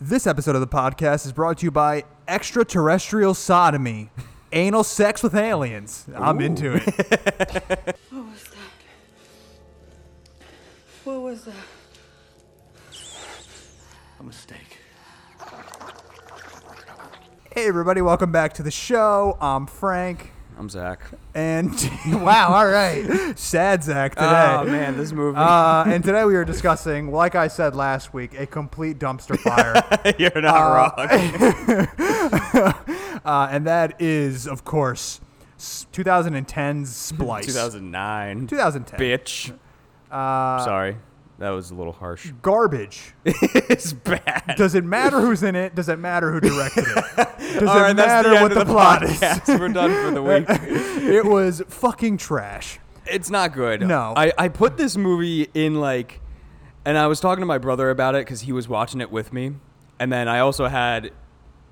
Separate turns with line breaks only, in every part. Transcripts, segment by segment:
This episode of the podcast is brought to you by extraterrestrial sodomy, anal sex with aliens. I'm into it.
What was that? What was that?
A mistake.
hey, everybody, welcome back to the show. I'm Frank,
I'm Zach.
and wow, all right, Um. sad Zach today.
Oh man, this movie.
Uh, and today we are discussing, like I said last week, a complete dumpster fire.
You're not wrong.
uh, and that is, of course, s- 2010's Splice.
2009.
2010.
Bitch. Sorry, that was a little harsh.
Garbage.
it's bad.
Does it matter who's in it? Does it matter who directed it? Does
All
it
right, that's
matter
the end
what
of
the, plot is?
podcast. We're done for the week.
it was fucking trash.
It's not good.
No.
I, I put this movie in like, and I was talking to my brother about it because he was watching it with me, and then I also had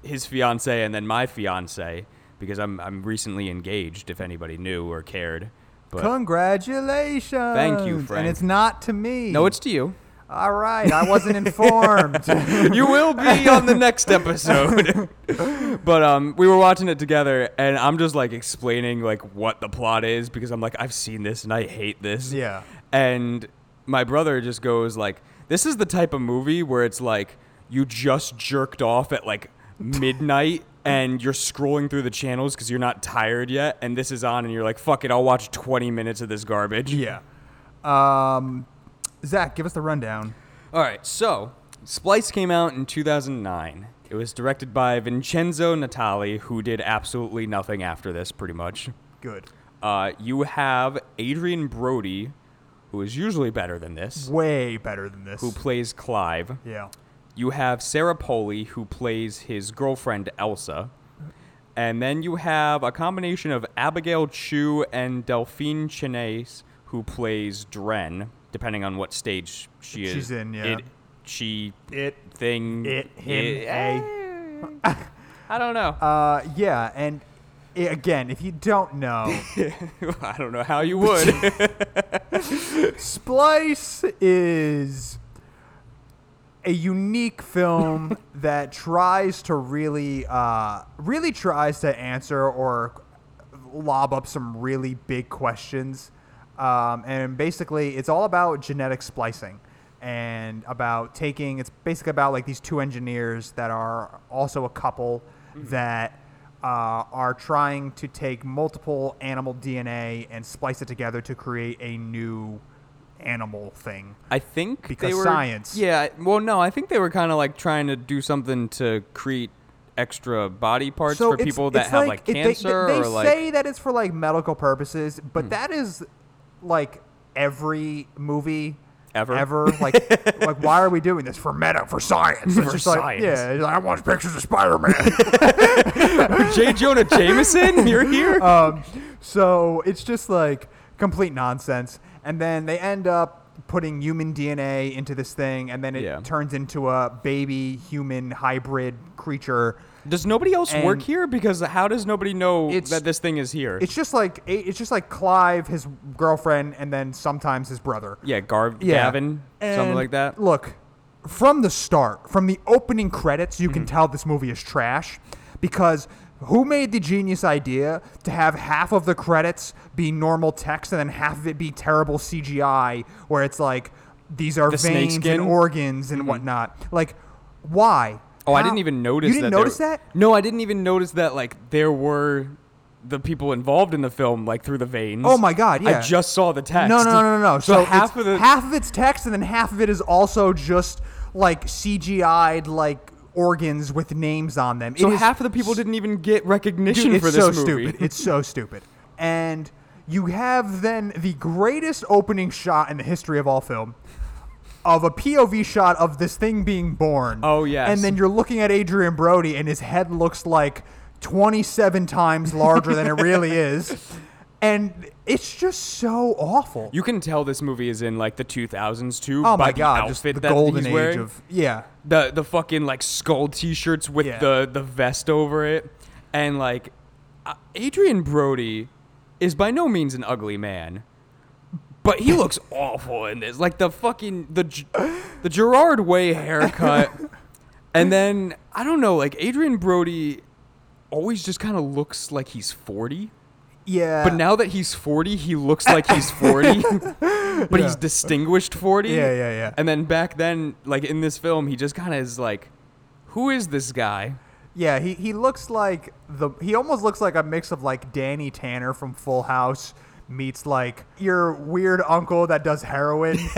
his fiance and then my fiance because I'm I'm recently engaged. If anybody knew or cared, but
Congratulations.
Thank you,
And
Frank.
it's not to me.
no, it's to you.
all right. I wasn't informed.
you will be on the next episode. but um, we were watching it together, and I'm just like explaining like what the plot is because I'm like I've seen this and I hate this.
Yeah.
And my brother just goes like, "This is the type of movie where it's like you just jerked off at like midnight." And you're scrolling through the channels because you're not tired yet, and this is on, and you're like, "Fuck it, I'll watch 20 minutes of this garbage."
yeah. Um, Zach, give us the rundown.
All right, so Splice came out in 2009. It was directed by Vincenzo Natali, who did absolutely nothing after this, pretty much.
Good.
Uh, you have Adrian Brody, who is usually better than this,
Way better than this.
who plays Clive.
yeah.
You have Sarah Polley, who plays his girlfriend Elsa. And then you have a combination of Abigail Chu and Delphine Chenais, who plays Dren, depending on what stage she is.
She's in, yeah.
It, she,
It.
thing.
It, him,
eh, I don't know.
Uh, yeah. And i again, if you don't know,
I don't know how you would.
Splice is a unique film that tries to really, uh, really tries to answer or lob up some really big questions. Um, and basically, it's all about genetic splicing and about taking. It's basically about like these two engineers that are also a couple that uh, are trying to take multiple animal DNA and splice it together to create a new animal thing.
I think they
Because
were,
science.
Yeah. Well, no, I think they were kind of like trying to do something to create extra body parts for
it's-
people that
it's
have like,
it- they-
cancer
They, they
or like. Hmm.
say that it's for like medical purposes, but that is like every movie
Ever?
ever. Like, like why are we doing this for meta for science? It's
For
just Like,
science.
yeah, it's like, I want pictures of Spider Man.
J. Jonah Jameson, you're here.
um, so it's just like complete nonsense, and then they end up. Putting human DNA into this thing, and then it
Yeah.
turns into a baby human hybrid creature.
does nobody else work
and-
here? Because how does nobody know
It's-
that this thing is here?
It's just like it's just like Clive, his girlfriend, and then sometimes his brother.
yeah, Gar- Gavin, something
And
like that.
Look, from the start, from the opening credits, you
Mm-hmm.
can tell this movie is trash because who made the genius idea to have half of the credits be normal text and then half of it be terrible CGI where it's like these are
The
veins
snakeskin?
and organs and whatnot? Like, why?
Oh, I
How-
didn't even notice.
You didn't
that there-
notice that?
No, I didn't even notice that. Like there were the people involved in the film, like through the veins.
Oh my God, yeah.
I just saw the text.
No, no, no, no, no. So,
So half of the
half of it's text, and then half of it is also just like CGI'd like organs with names on them.
so
it is,
half of the people didn't even get recognition
dude,
for
it's
this
so
movie.
stupid. It's so stupid. And you have then the greatest opening shot in the history of all film. Of a POV shot of this thing being born.
Oh, yes.
And then you're looking at Adrian Brody, and his head looks like 27 times larger than it really is. And it's just so awful.
You can tell this movie is in like the 2000s too.
Oh
by
my
the
god,
outfit
just the
that
golden
he's
age
wearing.
of yeah.
the the fucking like skull t-shirts with
Yeah.
the the vest over it and like uh, Adrian Brody is by no means an ugly man but he looks awful in this like the fucking the G- the Gerard Way haircut And then I don't know, like Adrian Brody always just kind of looks like he's 40.
Yeah.
But now that he's 40, he looks like he's 40. but he's distinguished 40.
Yeah, yeah, yeah.
And then back then, like in this film, he just kind of is like, who is this guy?
Yeah, he, he looks like the he almost looks like a mix of like Danny Tanner from Full House meets like your weird uncle that does heroin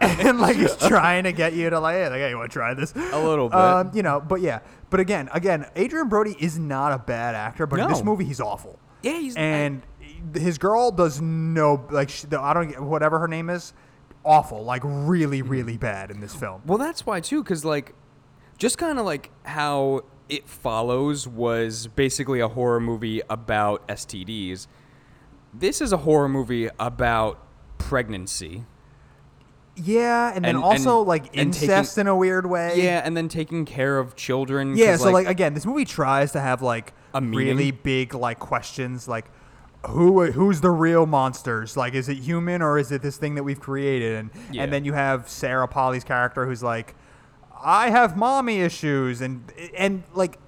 and like he's trying to get you to like, hey, like, hey you want to try this?
A little bit.
Um, you know, but yeah. But again, again, Adrian Brody is not a bad actor, but in this
No.
movie he's awful.
Yeah, he's-
and his girl does no like she, the, I don't get whatever her name is, awful, like really
Mm.
really bad in this film.
Well, that's why too, because like, just kind of like how it follows was basically a horror movie about STDs. This is a horror movie about pregnancy.
Yeah, and then
And-
also
and-
like
and taking-
incest in a weird way.
Yeah, and then taking care of children. 'cause,
Yeah, so like, again, this movie tries to have like
A meaning?
really big like questions like who who's the real monsters? Like is it human or is it this thing that we've created? And
Yeah.
and then you have Sarah Polly's character who's like I have mommy issues and and like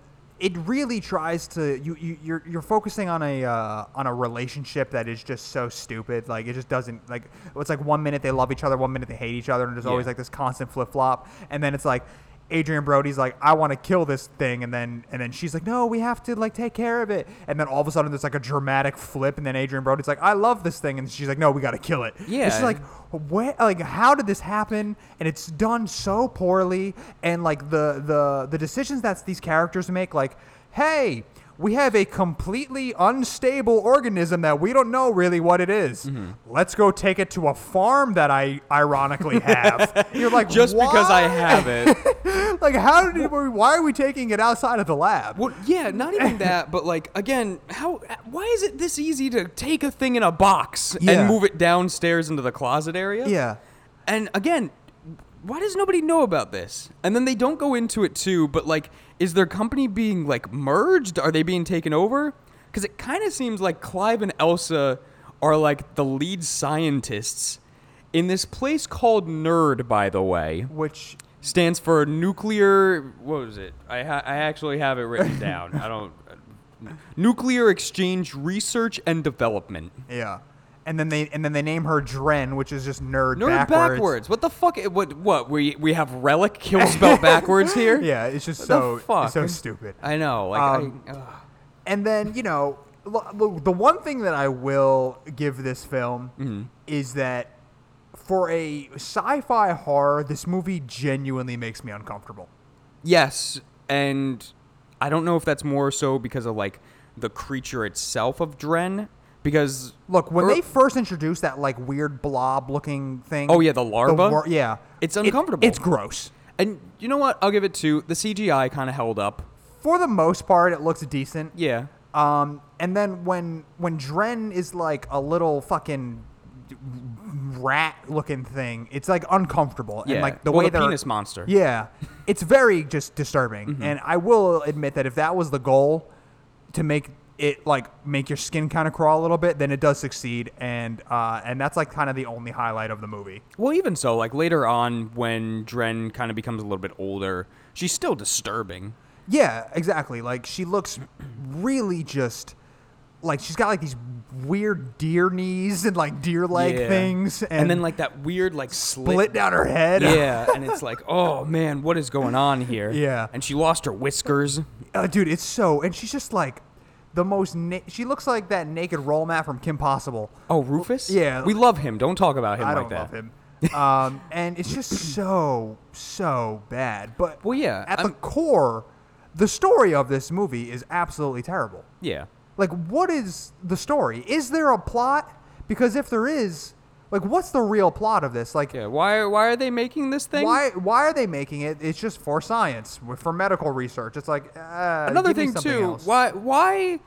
it really tries to you, you you're you're focusing on a uh, on a relationship that is just so stupid like it just doesn't like it's like one minute they love each other one minute they hate each other and there's always
Yeah.
like this constant flip flop and then it's like Adrian Brody's like I want to kill this thing and then and then she's like no we have to like take care of it and then all of a sudden there's like a dramatic flip and then Adrian Brody's like I love this thing and she's like no we got to kill it
Yeah,
it's just like
and-
what like how did this happen and it's done so poorly and like the the the decisions that these characters make like hey we have a completely unstable organism that we don't know really what it is.
Mm-hmm.
Let's go take it to a farm that I ironically have. You're like
just because I
"Why?"
have it.
like how did we, why are we taking it outside of the lab?
Well, yeah, not even that, but like again, how? Why is it this easy to take a thing in a box
Yeah.
and move it downstairs into the closet area?
Yeah.
And again, why does nobody know about this? And then they don't go into it too. But like, is their company being like merged? Are they being taken over? Because it kind of seems like Clive and Elsa are like the lead scientists in this place called Nerd. By the way
Which
stands for nuclear. What was it? I ha- I actually have it written down. I don't. Nuclear Exchange Research and Development.
yeah. And then they and then they name her Dren, which is just nerd,
Nerd backwards. What the fuck? What? What? We we have relic kill spelled backwards here.
Yeah, it's just
What
so
the fuck?
it's so stupid.
I know. Like,
Um,
I, ugh.
And then, you know, lo- lo- the one thing that I will give this film
Mm-hmm.
is that for a sci fi horror, this movie genuinely makes me uncomfortable.
yes, and I don't know if that's more so because of like the creature itself of Dren. Because
Look, when
Ear-
they first introduced that like weird blob looking thing.
Oh, yeah, the larva?
wor- yeah.
It's
It-
uncomfortable.
it's gross.
and you know what? I'll give it to the CGI. Kind of held up.
For the most part, it looks decent.
Yeah.
Um, and then when when Dren is like a little fucking rat looking thing, it's like uncomfortable and
Yeah.
like the
Well,
way
the
they're-
penis monster. Mm-hmm.
Yeah, it's very just disturbing. And I will admit that if that was the goal to make it like make your skin kind of crawl a little bit, then it does succeed. And uh, and that's like kind of the only highlight of the movie.
Well, even so, like later on when Dren kind of becomes a little bit older, she's still disturbing.
Yeah, exactly. Like she looks really just like she's got like these weird deer knees and like deer leg
Yeah.
things, and,
and, then like that weird like slit.
split down her head.
yeah, and it's like, oh man, what is going on here?
Yeah.
and she lost her whiskers.
Uh, dude, it's so. And she's just like the most. Na- she looks like that naked roll mat from Kim Possible.
Oh, Rufus.
Yeah.
we love him. Don't talk about him
I don't
like that.
love him. um, and it's just so so bad. But
Well, yeah,
at the
I'm-
core, the story of this movie is absolutely terrible.
Yeah,
Like, what is the story? Is there a plot? Because if there is, like, what's the real plot of this? Like,
yeah. Why? Why are they making this thing?
why why are they making it? It's just for science, for medical research. It's like uh,
Another
give me
thing
something
too.
else.
Why? Why?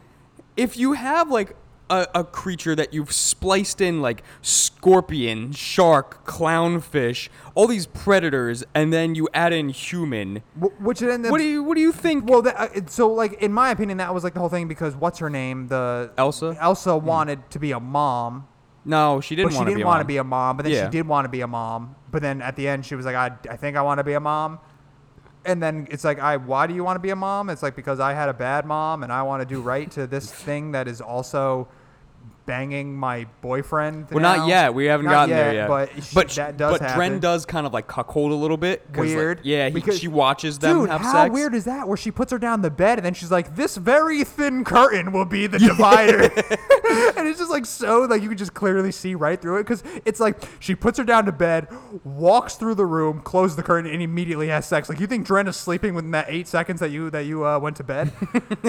If you have like a, a creature that you've spliced in like scorpion, shark, clownfish, all these predators, and then you add in human.
Wh- Which then
What do you What do you think?
Well, that, uh, it- so like in my opinion, that was like the whole thing because what's her name? The
Elsa? Mm-hmm.
Elsa wanted to be a mom,
no, she
but
didn't
she
want to
didn't
be.
want to
on.
be a mom. But then
Yeah.
she did want to be a mom. But then at the end, she was like, "I, I think I want to be a mom." and then it's like I why do you want to be a mom? It's like because I had a bad mom and I want to do right to this thing that is also banging my boyfriend.
Well,
now.
not yet. We haven't
Not
gotten there yet.
But sh-
but,
that does
but
happen.
Dren does kind of like cuckold a little bit. 'cause, like,
Weird.
yeah, he,
Because-
she watches them
Dude,
have
how
sex.
weird is that? Where she puts her down in the bed and then she's like, "This very thin curtain will be the divider," and it's just like so like you can just clearly see right through it because it's like she puts her down to bed, walks through the room, closes the curtain, and immediately has sex. Like you think Dren is sleeping within that eight seconds that you that you uh, went to bed?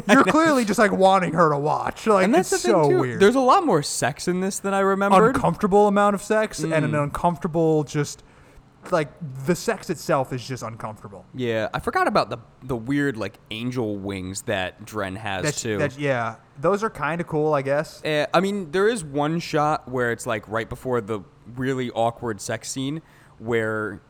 You're clearly just like wanting her to watch. Like
and that's
it's
the thing
so
too.
weird.
There's a lot more sex in this than I remembered.
uncomfortable amount of sex and
Hmm.
an uncomfortable just like the sex itself is just uncomfortable.
yeah, I forgot about the the weird like angel wings that Dren has
That's,
too.
that's yeah. Those are kind of cool, I guess.
Uh, I mean, there is one shot where it's like right before the really awkward sex scene where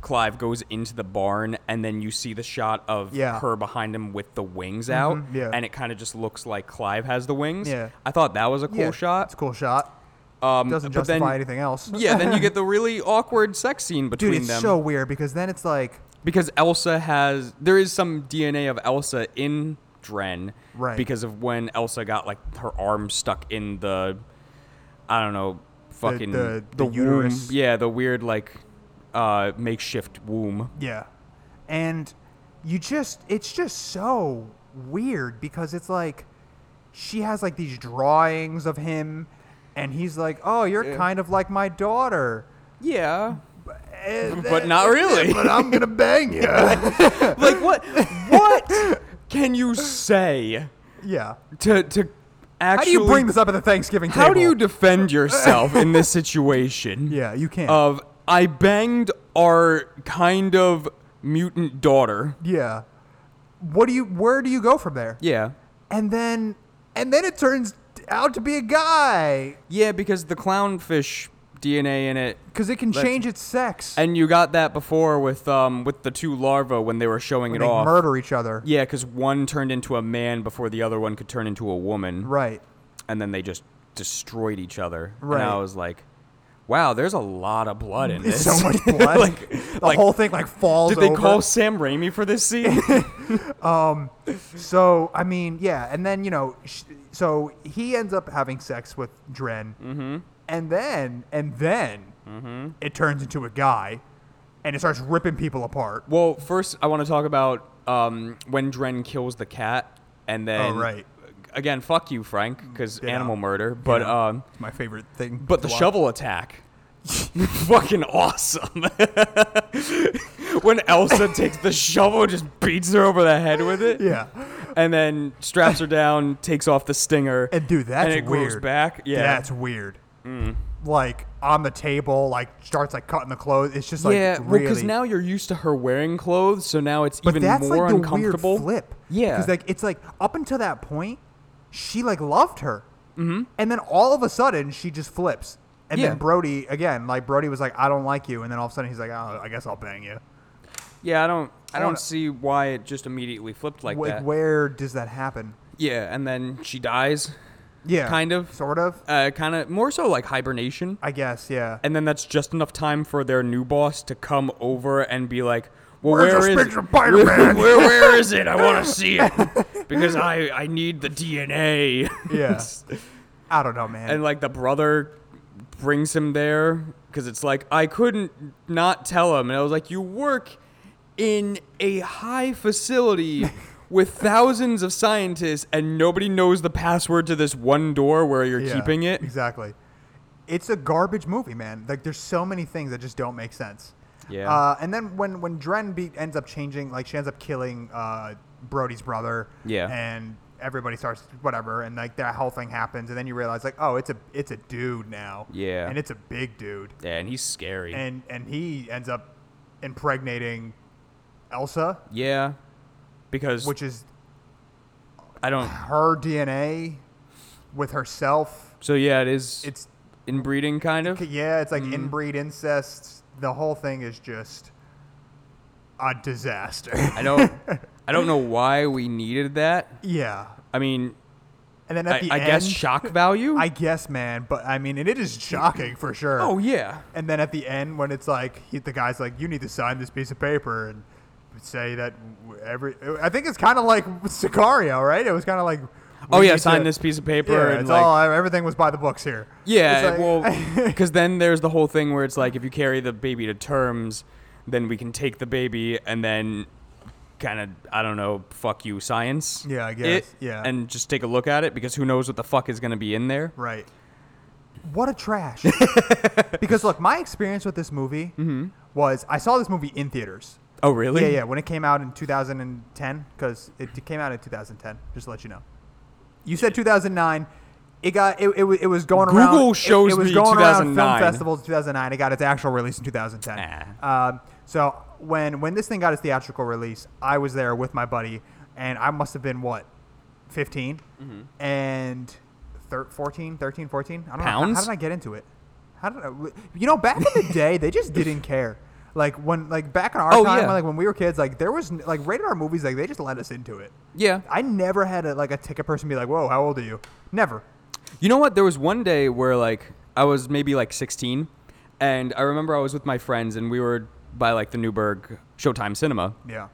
Clive goes into the barn and then you see the shot of
Yeah. Mm-hmm,
her behind him with the wings out.
yeah.
And it kind of just looks like Clive has the wings.
Yeah.
I thought that was a cool
yeah, It's
shot.
a cool shot.
Um,
Doesn't
but
justify
then,
anything else.
yeah, then you get the really awkward sex scene between
Dude, it's
them
so weird because then it's like
because Elsa has there is some DNA of Elsa in Dren,
Right.
Because of when Elsa got like her arm stuck in the, I don't know, fucking
the- the
womb.
uterus.
Yeah, the weird like uh makeshift womb.
yeah. And you just it's just so weird because it's like she has like these drawings of him and he's like, "Oh, you're kind of like my daughter."
Yeah,
Eh,
but not really.
But I'm going to bang you.
like what? What can you say
yeah.
to to actually?
How do you bring this up at the Thanksgiving table?
How do you defend yourself in this situation?
Yeah, you can't.
Of I banged our kind of mutant daughter.
yeah. What do you where do you go from there?
Yeah.
and then and then it turns out to be a guy
Yeah, because the clownfish DNA in it,
because it can
That's-
change its sex
and you got that before with um with the two larvae when they were showing
and
it
they
off.
murder each other.
yeah, because one turned into a man before the other one could turn into a woman,
Right.
and then they just destroyed each other.
Right.
And I was like, wow, there's a lot of blood in
It's
this.
so much blood.
like,
the
like,
whole thing like falls.
Did they
over.
call Sam Raimi for this scene?
So I mean, yeah, and then you know, sh- so he ends up having sex with Dren, mm-hmm. and then and then
Mm-hmm.
it turns into a guy, and it starts ripping people apart.
Well, first I want to talk about um, when Dren kills the cat, and then
Oh, right.
again, fuck you, Frank, because
Yeah.
animal murder. But
Yeah.
um,
It's my favorite thing.
but
to
the
watch.
shovel attack, fucking awesome. when Elsa takes the shovel, and just beats her over the head with it.
Yeah.
And then straps her down, takes off the stinger,
And dude, that's
and it
weird.
grows back. Yeah, Mm.
That's weird. Like on the table, like starts like cutting the clothes. It's just like
yeah. Well,
really.
because now you're used to her wearing clothes, so now it's
but
even
that's
more
like the weird
uncomfortable.
flip.
Yeah.
because like it's like up until that point, she like loved her, mm-hmm. and then all of a sudden she just flips. And
Yeah.
then Brody again, like Brody was like, "I don't like you," and then all of a sudden he's like, oh, "I guess I'll bang you."
Yeah, I don't. I
I
don't
wanna-
see why it just immediately flipped like
Wh-
that.
where does that happen?
yeah, and then she dies,
Yeah,
Kind of.
sort of,
uh, kind of more so like hibernation,
I guess. Yeah,
and then that's just enough time for their new boss to come over and be like, "Well,
Where's
where
your
is
Spectre Spider-Man?"
where- where is it? I want to see it because I I need the DNA."
yeah. I don't know, man.
and like the brother brings him there because it's like I couldn't not tell him, and I was like, "You work in a high facility with thousands of scientists, and nobody knows the password to this one door where you're
Yeah,
keeping it."
Exactly. It's a garbage movie, man. Like there's so many things that just don't make sense.
Yeah.
Uh, and then when when Dren be, ends up changing, like she ends up killing uh, Brody's brother.
Yeah.
And everybody starts whatever, and like that whole thing happens, and then you realize like, oh, it's a it's a dude now.
Yeah.
And it's a big dude,
Yeah, and he's scary.
and and he ends up impregnating Elsa,
yeah, because
which is
I don't.
her DNA with herself.
So yeah, it is. It's
It's
inbreeding, kind of.
C- Yeah, it's like
Mm-hmm.
inbreed incest. The whole thing is just a disaster.
I don't. I don't know why we needed that.
yeah.
I mean,
And then at
I,
the
I
end,
guess shock value.
I guess, man. But I mean, and it is shocking for sure.
oh yeah.
And then at the end, when it's like he, the guy's like, "You need to sign this piece of paper," and say that w- every. I think it's kind of like Sicario, right? It was kind of like.
Oh
we
yeah,
need
sign
to-
this piece of paper
Yeah,
and
it's
like
all everything was by the books here.
Yeah,
It's
well,
like-
'cause well, because then there's the whole thing where it's like if you carry the baby to terms, then we can take the baby and then kind of I don't know, fuck you, science.
Yeah, I
it,
guess, yeah.
and just take a look at it because who knows what the fuck is gonna be in there.
Right. What a trash. because look, my experience with this movie was I saw this movie in theaters.
Oh really?
Yeah, yeah. When it came out in 2010, because it d- came out in 2010. Just to let you know. You said 2009. It got it. It, wa- it was going around.
Google
it-
shows
it, was
me
going around film
2009.
festivals in 2009. It got its actual release in 2010. Um, so when when this thing got its theatrical release, I was there with my buddy, and I must have been what, 15,
Mm-hmm.
and thir- 14, 13, 14. I don't know. How,
Pounds?
how did I get into it? How did I, you know? Back in the day, they just didn't care. Like when like back in our
Oh,
time,
yeah.
when, like when we were kids, like there was n- like rated R movies, like they just let us into it.
Yeah.
I never had a, like a ticket person be like, "Whoa, how old are you?" Never.
You know what? There was one day where like I was maybe like 16, and I remember I was with my friends and we were by like the Newburgh Showtime Cinema.
Yeah.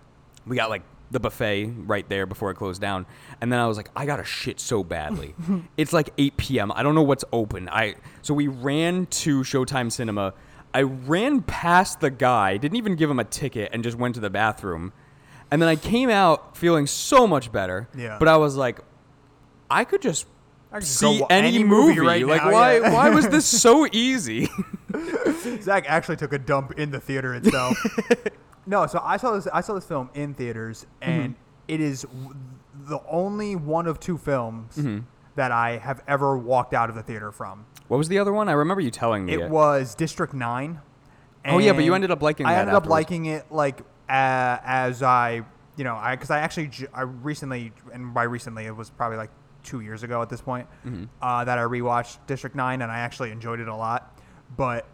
we got like the buffet right there before it closed down and then i was like i gotta shit so badly it's like 8 p.m i don't know what's open i so we ran to showtime cinema i ran past the guy didn't even give him a ticket and just went to the bathroom and then i came out feeling so much better
Yeah.
but i was like i could just
I could just
see
go wa-
any,
any
movie,
movie right
like
now,
why
yeah.
why was this so easy
Zach actually took a dump in the theater itself. no, so I saw this. I saw this film in theaters,
Mm-hmm.
and it is w- the only one of two films
Mm-hmm.
that I have ever walked out of the theater from.
what was the other one i remember you telling me
It was District Nine.
Oh, yeah, but you
and
ended up liking
I
that
ended up
afterwards.
liking it like uh, as I, you know, I because I actually ju- I recently and by recently it was probably like two years ago at this point
Mm-hmm.
uh, that I rewatched District Nine and I actually enjoyed it a lot. But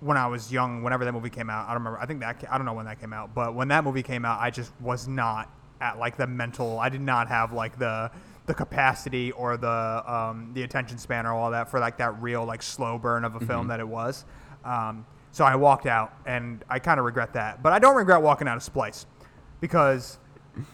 when I was young, whenever that movie came out, I don't remember. I think that ca- I don't know when that came out, but when that movie came out, I just was not at like the mental. I did not have like the the capacity or the um, the attention span or all that for like that real like slow burn of a film that it was. Um, so I walked out, and I kind of regret that, but I don't regret walking out of Splice because.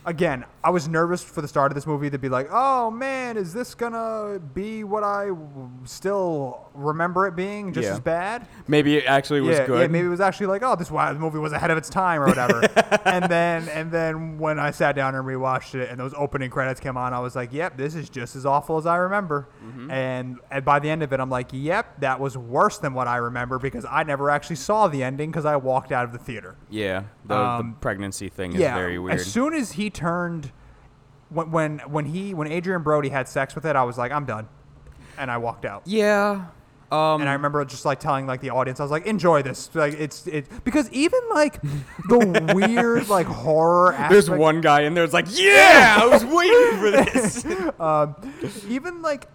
Again, I was nervous for the start of this movie to be like, "Oh man, is this gonna be what I w- still remember it being, just
Yeah.
as bad?"
maybe it actually was
yeah,
good
Yeah, maybe it was actually like, oh, this is why the movie was ahead of its time or whatever. and then and then when I sat down and rewatched it and those opening credits came on, I was like, yep, this is just as awful as I remember.
Mm-hmm.
And, and by the end of it, I'm like, yep, that was worse than what I remember because I never actually saw the ending because I walked out of the theater.
Yeah, the,
Um,
the pregnancy thing is very weird.
As soon as he turned, when when when he when Adrian Brody had sex with it, I was like, I'm done, and I walked out.
yeah. Um,
and I remember just like telling like the audience, I was like, "Enjoy this!" Like it's it because even like the weird like horror. Aspect,
there's one guy in there. It's like, yeah, I was waiting for this.
Even like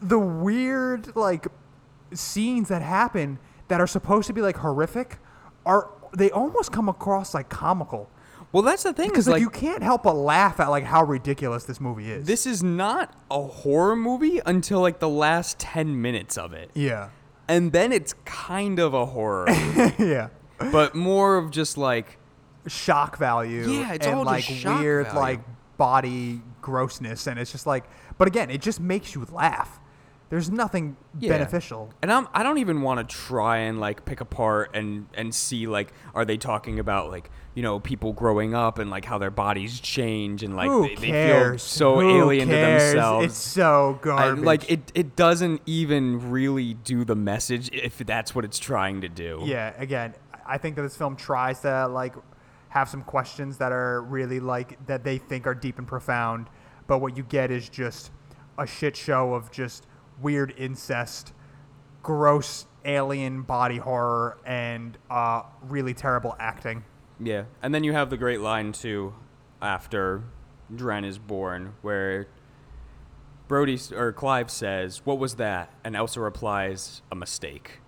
the weird like scenes that happen that are supposed to be like horrific are they almost come across like comical
well, that's the thing
because
is
like,
like,
you can't help but laugh at like how ridiculous this movie is.
this is not a horror movie until like the last ten minutes of it,
yeah,
and then it's kind of a horror,
yeah.
but more of just like,
shock value.
Yeah, it's
and
all
like
just shock
weird
value.
like body grossness, and it's just like. But again, it just makes you laugh. There's nothing
Yeah.
beneficial.
and I'm I don't even want to try and like pick apart and and see like, are they talking about like. You know, people growing up and like how their bodies change and like
Who
they, they feel
cares?
so
Who
alien
cares?
to themselves.
It's so
I-
garbage.
like it, it doesn't even really do the message if that's what it's trying to do.
Yeah. Again, I think that this film tries to like have some questions that are really like that they think are deep and profound, but what you get is just a shit show of just weird incest, gross alien body horror, and uh, really terrible acting.
Yeah. And then you have the great line too after Dren is born where Brody s- or Clive says, "What was that?" and Elsa replies, "A mistake."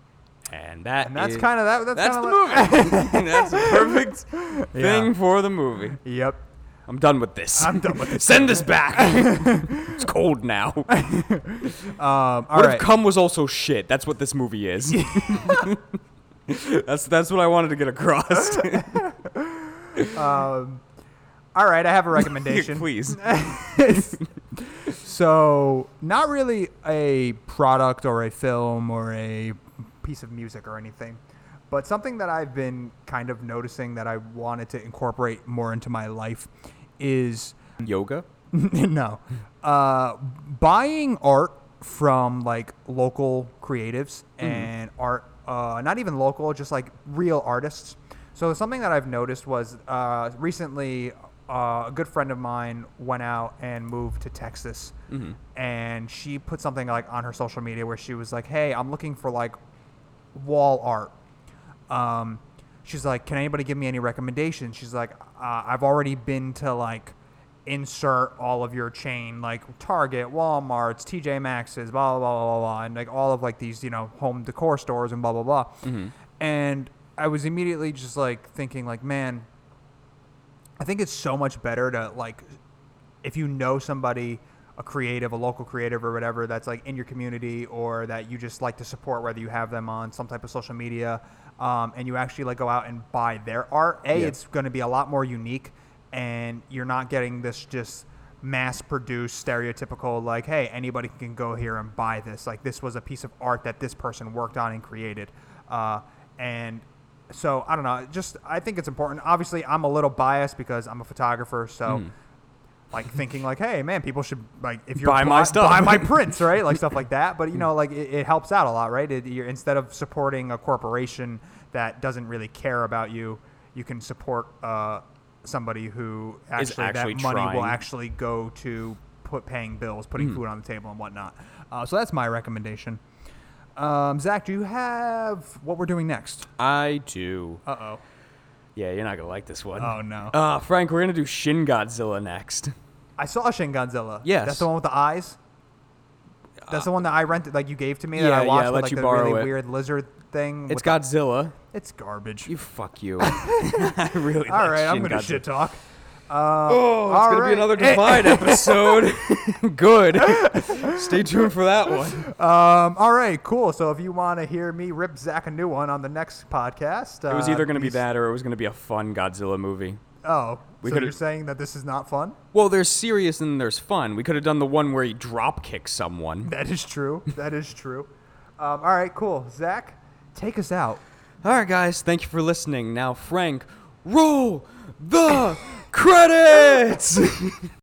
And that
And that's
is-
kinda that- that's
That's the
kinda
movie. that's the perfect thing for the movie.
Yep.
I'm done with this.
I'm done with this.
Send this back. it's cold now. what
Um, all right.
if cum was also shit? That's what this movie is. that's that's what I wanted to get across.
Um, all right, I have a recommendation.
Please.
so, not really a product or a film or a piece of music or anything, but something that I've been kind of noticing that I wanted to incorporate more into my life is
Yoga?
no. Uh, buying art from like local creatives and art, uh, not even local, just like real artists. So something that I've noticed was uh, recently uh, a good friend of mine went out and moved to Texas, and she put something like on her social media where she was like, "Hey, I'm looking for like wall art." um, she's like, "Can anybody give me any recommendations?" She's like, uh, "I've already been to like insert all of your chain like Target, Walmart's, TJ Maxx's, blah blah blah blah blah, and like all of like these you know home decor stores and blah blah blah." And I was immediately just like thinking, like, man, I think it's so much better to like if you know somebody a creative a local creative or whatever that's like in your community or that you just like to support whether you have them on some type of social media um, and you actually like go out and buy their art a
Yeah.
it's going to be a lot more unique and you're not getting this just mass produced stereotypical like hey anybody can go here and buy this like this was a piece of art that this person worked on and created uh, and so I don't know. Just I think it's important. Obviously, I'm a little biased because I'm a photographer, so like thinking like, hey man, people should like if you're
Buy my
bli-
stuff. Mm.
buy my prints, right? Like stuff like that. But you know, like it, it helps out a lot, right? It, you're instead of supporting a corporation that doesn't really care about you, you can support uh, somebody who
Is
actually,
actually
that money will
trying. Mm.
actually go to put paying bills, putting food on the table, and whatnot. Uh, so that's my recommendation. Um, Zach, do you have what we're doing next?
I do.
Uh oh.
Yeah, you're not going to like this one.
Oh, no.
Uh, Frank, we're going to do Shin Godzilla next.
I saw Shin Godzilla.
Yes.
That's the one with the eyes. That's the one that I rented, like you gave to me that I
yeah, yeah,
watched
I
with
let
like
you
the
borrow
really
it.
weird lizard thing.
It's
with the-
Godzilla.
it's garbage.
You fuck you. I really
All
like
right, I'm
Shin
gonna
Godzilla.
shit talk.
Oh, it's
All
gonna
right.
be another divide episode. Good. Stay tuned for that one.
Um, all right, cool. So if you want to hear me rip Zach a new one on the next podcast,
It was
uh,
either gonna be
these-
that or it was gonna be a fun Godzilla movie.
Oh,
We
so
could've-
you're saying that this is not fun?
Well, there's serious and there's fun. We could have done the one where he drop kicks someone.
That is true. that is true. Um, all right, cool. Zach, take us out.
All right, guys, thank you for listening. Now, Frank, roll the credits.